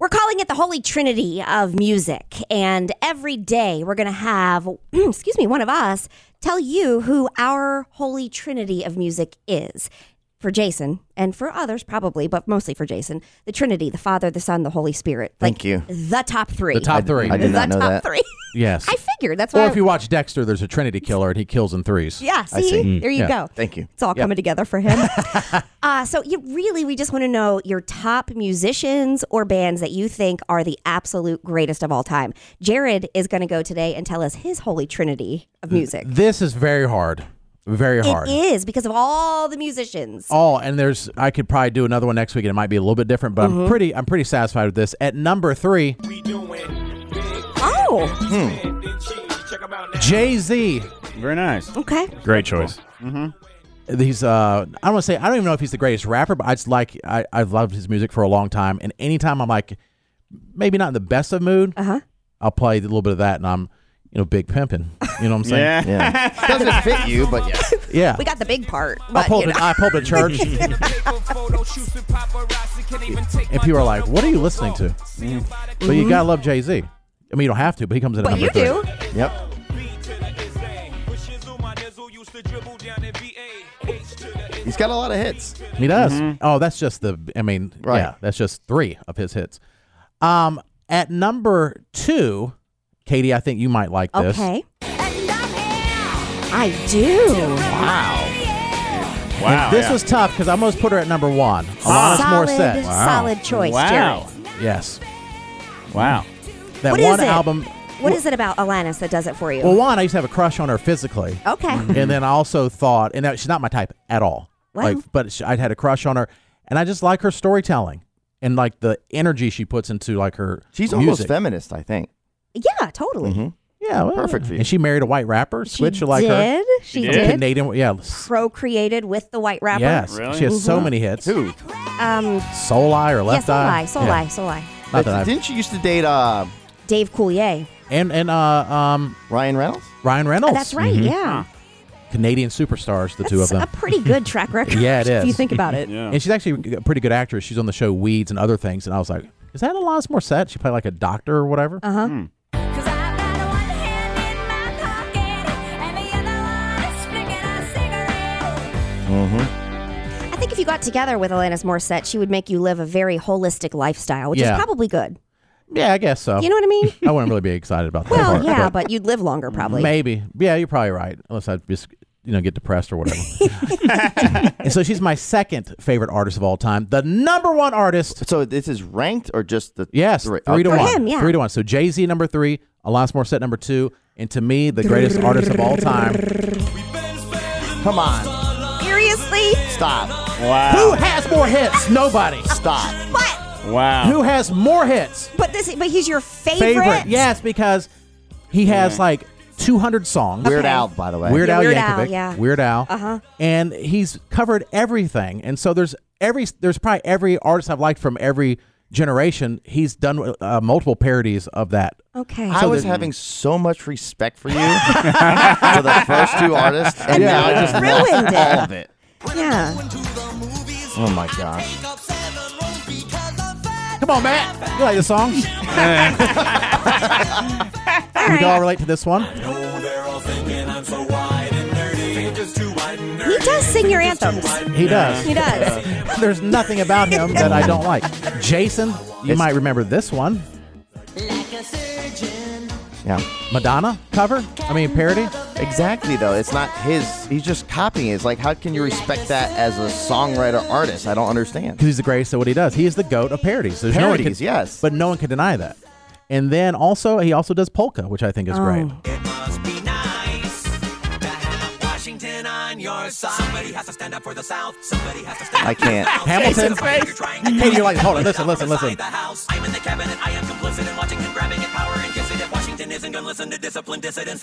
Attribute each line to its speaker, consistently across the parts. Speaker 1: We're calling it the Holy Trinity of music. And every day we're going to have, excuse me, one of us tell you who our Holy Trinity of music is. For Jason and for others, probably, but mostly for Jason, the Trinity, the Father, the Son, the Holy Spirit.
Speaker 2: Thank you.
Speaker 1: The top three.
Speaker 3: The top three.
Speaker 2: I did not
Speaker 1: the
Speaker 2: know
Speaker 1: top
Speaker 2: that.
Speaker 1: three.
Speaker 3: Yes.
Speaker 1: I figured. That's why.
Speaker 3: or
Speaker 1: I-
Speaker 3: if you watch Dexter, there's a Trinity killer and he kills in threes.
Speaker 1: yeah,
Speaker 2: I
Speaker 1: see?
Speaker 2: see.
Speaker 1: There you
Speaker 3: Mm, Yeah.
Speaker 1: go.
Speaker 2: Thank you.
Speaker 1: It's all
Speaker 3: Yep.
Speaker 1: coming together for him. uh, so, you, really, we just want to know your top musicians or bands that you think are the absolute greatest of all time. Jared is going to go today and tell us his holy trinity
Speaker 3: Mm,
Speaker 1: of music.
Speaker 3: This is very hard. Very hard.
Speaker 1: It is because of all the musicians.
Speaker 3: all and there's I could probably do another one next week and it might be a little bit different, but
Speaker 1: Mm-hmm.
Speaker 3: I'm pretty I'm pretty satisfied with this. At number three,
Speaker 1: Oh,
Speaker 3: Jay Z.
Speaker 4: Very nice.
Speaker 1: okay.
Speaker 5: Great choice.
Speaker 3: Mm-hmm. He's uh I don't want to say I don't even know if he's the greatest rapper, but I just like I, I've loved his music for a long time. And anytime I'm like maybe not in the best of mood, uh-huh. I'll play a little bit of that and I'm you know, big pimping. You know what I'm saying?
Speaker 4: Yeah.
Speaker 2: Yeah. Doesn't fit you, but yeah.
Speaker 3: Yeah.
Speaker 1: We got the big part.
Speaker 3: I
Speaker 1: But,
Speaker 3: pulled,
Speaker 1: you
Speaker 3: it,
Speaker 1: know.
Speaker 3: I pulled a church, and people are like, "What are you listening to?"
Speaker 2: Mm-hmm.
Speaker 3: But you gotta love Jay Z. I mean, you don't have to, but he comes in. at
Speaker 1: Mm-hmm. But
Speaker 3: number
Speaker 1: you
Speaker 3: three.
Speaker 1: do.
Speaker 2: Yep. He's got a lot of hits.
Speaker 3: He does. Oh, that's just the. I mean,
Speaker 2: Mm-hmm. Right.
Speaker 3: yeah, that's just three of his hits. Um, at number two, Katie, I think you might like this.
Speaker 1: Okay. I do.
Speaker 3: And
Speaker 2: Oh,
Speaker 4: Wow.
Speaker 3: this
Speaker 4: yeah.
Speaker 3: was tough because I almost put her at number one. Alanis
Speaker 1: Solid,
Speaker 3: Morissette.
Speaker 1: solid choice, Jared.
Speaker 4: Wow.
Speaker 3: Yes,
Speaker 4: Wow.
Speaker 3: that
Speaker 1: What is
Speaker 3: one
Speaker 1: it?
Speaker 3: album.
Speaker 1: What is it about Alanis that does it for you?
Speaker 3: Well, mm-hmm. one, I used to have a crush on her physically.
Speaker 1: okay.
Speaker 3: and then I also thought, and that, she's not my type at all.
Speaker 1: Wow.
Speaker 3: Like, but she, I'd had a crush on her, and I just like her storytelling and like the energy she puts into like her.
Speaker 2: She's
Speaker 3: music.
Speaker 2: almost feminist, I think.
Speaker 1: Yeah, totally.
Speaker 3: Yeah, well,
Speaker 2: Perfect for you.
Speaker 3: And she married a white rapper. Switch,
Speaker 1: she
Speaker 3: you like
Speaker 1: did.
Speaker 3: her.
Speaker 1: She
Speaker 3: A
Speaker 4: did?
Speaker 1: did.
Speaker 3: Canadian, yeah, s-
Speaker 1: Procreated with the white rapper.
Speaker 3: yes.
Speaker 4: Really?
Speaker 3: She has so many hits.
Speaker 2: Who?
Speaker 1: Um,
Speaker 3: Soul Eye or
Speaker 1: yes,
Speaker 3: Left Eye.
Speaker 1: Eye, Soul
Speaker 3: Yeah.
Speaker 1: Eye, Soul Eye.
Speaker 3: Not that I've-
Speaker 2: Didn't she used to date uh,
Speaker 1: Dave Coulier. Oh,
Speaker 3: and and uh, um,
Speaker 2: Ryan Reynolds?
Speaker 3: Ryan Reynolds. Mm-hmm.
Speaker 1: That's right, yeah.
Speaker 3: Canadian superstars, Oh, Mm-hmm. the two of
Speaker 1: That's
Speaker 3: them.
Speaker 1: a pretty good track record.
Speaker 3: Yeah, it
Speaker 1: If you
Speaker 3: is.
Speaker 1: think about it.
Speaker 4: Yeah.
Speaker 3: And she's actually a pretty good actress. She's on the show Weeds and other things. And I was like, is that Alanis Morissette? She played like a doctor or whatever.
Speaker 1: Uh huh. I think if you got together with Alanis Morissette, she would make you live a very holistic lifestyle, which
Speaker 3: Yeah.
Speaker 1: is probably good.
Speaker 3: Yeah, I guess so.
Speaker 1: You know what I mean?
Speaker 3: I wouldn't really be excited about that.
Speaker 1: well,
Speaker 3: part,
Speaker 1: yeah, but you'd live longer probably.
Speaker 3: Maybe. Yeah, you're probably right. Unless I just you know get depressed or whatever. and so she's my second favorite artist of all time. The number one artist.
Speaker 2: So this is ranked or just the
Speaker 3: Yes, three, to
Speaker 2: okay.
Speaker 3: one.
Speaker 1: him, yeah.
Speaker 3: Three to one. So Jay Z number three, Alanis Morissette number two, and to me the greatest artist of all time.
Speaker 2: Come on.
Speaker 1: Seriously?
Speaker 2: Stop.
Speaker 3: Who
Speaker 4: Wow.
Speaker 3: has more hits? Nobody.
Speaker 2: Stop.
Speaker 1: But
Speaker 4: Wow.
Speaker 3: Who has more hits?
Speaker 1: but this but he's your favorite.
Speaker 3: Favorite. Yes, because he has like 200 songs.
Speaker 2: Weird Al, by the way.
Speaker 3: Weird
Speaker 1: Yeah,
Speaker 3: Al
Speaker 1: Weird
Speaker 3: Yankovic.
Speaker 1: Al, yeah.
Speaker 3: Weird Al. Uh-huh. And he's covered everything. And so there's every there's probably every artist I've liked from every generation. He's done uh, multiple parodies of that.
Speaker 1: Okay.
Speaker 2: I was having so much respect for you for the first two artists, and now I just
Speaker 1: Ruined
Speaker 2: ruined
Speaker 1: it.
Speaker 2: all of it.
Speaker 1: yeah.
Speaker 2: Oh my gosh!
Speaker 3: Come on, Matt. You like the song? we can all relate to this one.
Speaker 1: He does sing your anthems.
Speaker 3: He does.
Speaker 1: He does.
Speaker 3: There's nothing about him that I don't like. Jason, you
Speaker 2: It's-
Speaker 3: might remember this one.
Speaker 2: Yeah,
Speaker 3: Madonna cover? I mean parody?
Speaker 2: exactly. Though it's not his. He's just copying. it. It's like, how can you respect that as a songwriter artist? I don't understand.
Speaker 3: because he's the greatest at what he does. He is the goat of parodies. There's no one
Speaker 2: Parodies,
Speaker 3: can,
Speaker 2: yes.
Speaker 3: but no one can deny that. And then also he also does polka, which I think is great.
Speaker 2: I can't.
Speaker 3: Hamilton, Katie, you're like, hold on, listen, listen, listen.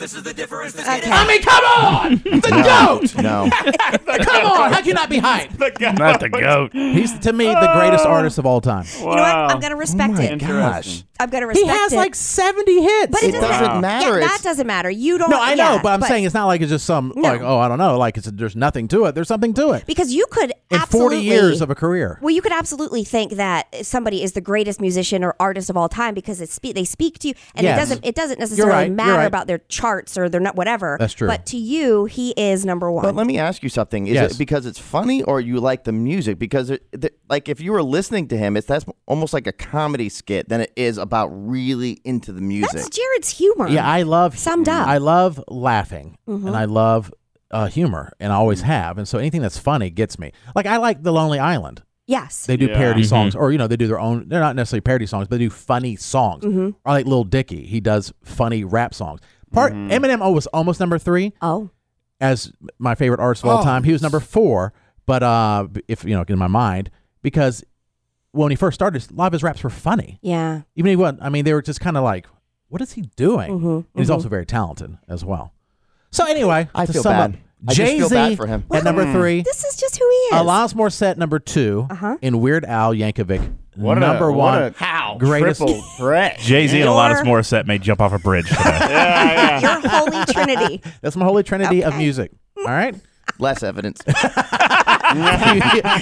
Speaker 3: I mean, come on, the goat.
Speaker 2: No,
Speaker 3: Come on, how can you not be hyped?
Speaker 5: Not the goat.
Speaker 1: oh.
Speaker 3: He's to me the greatest artist of all time.
Speaker 1: You know what? I'm gonna respect it.
Speaker 2: gosh.
Speaker 1: I'm gonna
Speaker 3: He
Speaker 1: respect
Speaker 3: has
Speaker 1: it.
Speaker 3: like 70 hits.
Speaker 1: but it doesn't,
Speaker 2: doesn't
Speaker 1: yeah,
Speaker 2: matter.
Speaker 1: that
Speaker 2: It's-
Speaker 1: doesn't matter. You don't.
Speaker 3: no, I know,
Speaker 1: yeah,
Speaker 3: but I'm saying it's not like it's just some like oh I don't know like it's there's nothing to it. There's something to it.
Speaker 1: because you could
Speaker 3: In
Speaker 1: absolutely
Speaker 3: 40 years of a career,
Speaker 1: Well, you could absolutely think that somebody is the greatest musician or artist of all time because it spe- they speak to you, and
Speaker 3: Yes.
Speaker 1: it doesn't it doesn't necessarily
Speaker 3: right, you're
Speaker 1: matter
Speaker 3: right.
Speaker 1: about their charts or their not whatever.
Speaker 3: That's true.
Speaker 1: But to you, he is number one.
Speaker 2: But let me ask you something. Is
Speaker 3: Yes.
Speaker 2: it because it's funny or you like the music? Because, it, th- like, if you were listening to him, it's that's almost like a comedy skit than it is about really into the music.
Speaker 1: That's Jared's humor.
Speaker 3: yeah, I love
Speaker 1: Summed up. Mm-hmm.
Speaker 3: I love laughing and I love uh, humor and I
Speaker 1: Mm.
Speaker 3: always have, and so anything that's funny gets me. Like I like The Lonely Island.
Speaker 1: yes.
Speaker 3: They do
Speaker 4: Yeah.
Speaker 3: parody songs, or you know, they do their own. They're not necessarily parody songs, but they do funny songs. I like Lil Dicky. He does funny rap songs. Part
Speaker 2: Mm-hmm.
Speaker 3: Eminem oh, was almost number three
Speaker 1: oh,
Speaker 3: as my favorite artist
Speaker 2: Oh,
Speaker 3: of all time. He was number four, but uh, if you know, in my mind, because when he first started, a lot of his raps were funny.
Speaker 1: yeah.
Speaker 3: Even he was. I mean, they were just kind of like, "What is he doing?" And he's also very talented as well. So anyway,
Speaker 2: I
Speaker 3: to
Speaker 2: feel
Speaker 3: sum
Speaker 2: bad.
Speaker 3: up,
Speaker 2: I just
Speaker 3: Jay
Speaker 2: feel
Speaker 3: Z
Speaker 2: bad for him.
Speaker 3: at number three.
Speaker 1: This is just who he is.
Speaker 3: Alanis Morissette number 2
Speaker 1: Uh-huh.
Speaker 3: and Weird Al Yankovic
Speaker 4: What a-
Speaker 3: number
Speaker 4: what
Speaker 3: one.
Speaker 4: a How?
Speaker 3: greatest-
Speaker 4: Triple threat.
Speaker 5: Jay Z and
Speaker 1: Your-
Speaker 5: Alanis Morissette may jump off a bridge. today.
Speaker 1: Your holy trinity.
Speaker 3: That's my holy trinity of music. All right.
Speaker 2: Less evidence.
Speaker 3: you,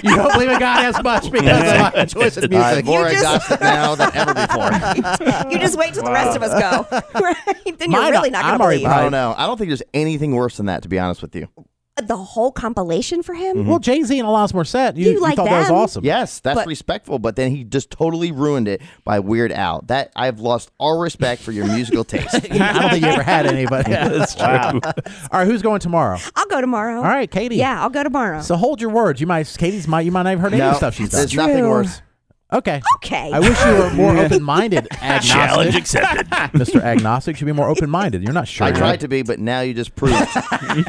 Speaker 3: you don't believe in God as much because of my choice of
Speaker 2: I'm
Speaker 3: music.
Speaker 2: more
Speaker 1: You just-
Speaker 2: agnostic now than ever before. I
Speaker 1: You just wait till the rest of us go. right? Then you're
Speaker 3: Mine-
Speaker 1: really not
Speaker 3: I'm
Speaker 1: going to
Speaker 3: already
Speaker 1: believe.
Speaker 3: behind.
Speaker 2: don't know. I don't think there's anything worse than that, to be honest with you.
Speaker 1: The whole compilation for him?
Speaker 3: Well, Jay Z and Alanis Morissette, you,
Speaker 1: You like
Speaker 3: thought that was
Speaker 1: them.
Speaker 3: awesome.
Speaker 2: Yes, that's
Speaker 1: But-
Speaker 2: respectful, but then he just totally ruined it by Weird Al. That I've lost all respect for your musical taste.
Speaker 3: I don't think you ever had any, but that's true. All right, who's going tomorrow?
Speaker 1: I'll go tomorrow.
Speaker 3: All right, Katie.
Speaker 1: Yeah, I'll go tomorrow.
Speaker 3: So hold your words. You might, Katie's might, you might not have heard
Speaker 2: No,
Speaker 3: any stuff she's done.
Speaker 2: there's nothing
Speaker 1: True.
Speaker 2: worse.
Speaker 3: Okay.
Speaker 1: okay.
Speaker 3: I wish you were more open-minded.
Speaker 5: Challenge
Speaker 3: Agnostic,
Speaker 5: accepted.
Speaker 3: Mr. Agnostic should be more open-minded. You're not sure.
Speaker 2: I tried to be, but now you just proved.
Speaker 3: and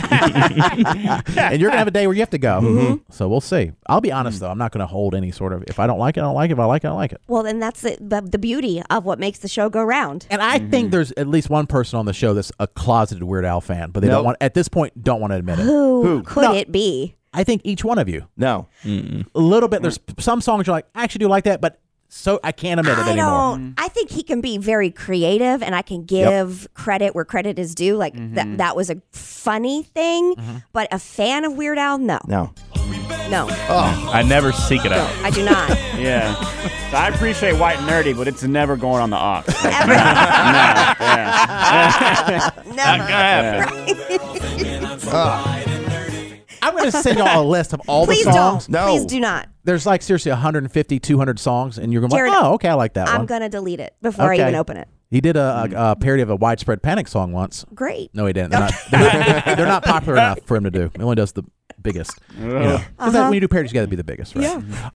Speaker 3: you're gonna have a day where you have to go.
Speaker 1: Mm-hmm.
Speaker 3: So we'll see. I'll be honest though, I'm not gonna hold any sort of. If I don't like it, I don't like it. If I like it, I like it.
Speaker 1: well, then that's the, the, the beauty of what makes the show go round.
Speaker 3: And I
Speaker 1: Mm-hmm.
Speaker 3: think there's at least one person on the show that's a closeted Weird Al fan, but they don't
Speaker 2: Nope.
Speaker 3: want at this point don't want to admit it.
Speaker 1: Who, could
Speaker 3: No.
Speaker 1: it be?
Speaker 3: I think each one of you,
Speaker 2: no.
Speaker 3: a little bit. There's some songs you're like, I actually do like that, but so I can't admit it
Speaker 1: Mm. I
Speaker 3: anymore.
Speaker 1: don't. I think he can be very creative, and I can give credit where credit is due. Like
Speaker 3: Mm-hmm.
Speaker 1: that, that was a funny thing, but a fan of Weird Al, no,
Speaker 2: No.
Speaker 1: no,
Speaker 3: Oh.
Speaker 5: I never seek it out.
Speaker 1: I do not.
Speaker 4: Yeah. So I appreciate white and nerdy, but it's never going on the ox. Like,
Speaker 1: Ever.
Speaker 4: yeah.
Speaker 5: Not gonna
Speaker 1: Never.
Speaker 5: happen.
Speaker 3: I'm gonna send y'all a list of all
Speaker 1: Please
Speaker 3: the songs.
Speaker 1: don't.
Speaker 2: No.
Speaker 1: Please do not.
Speaker 3: There's like seriously 150, 200 songs, and you're gonna be like,
Speaker 1: Jared,
Speaker 3: oh, okay, I like that
Speaker 1: I'm Mm.
Speaker 3: one.
Speaker 1: gonna delete it before
Speaker 3: Okay.
Speaker 1: I even open it.
Speaker 3: He did a, a, a parody of a widespread panic song once.
Speaker 1: Great.
Speaker 3: No, he didn't. They're not, they're not, they're not popular enough for him to do. He only does the biggest. You know. 'Cause that- when you do parodies, you got to be the biggest, right? Yeah.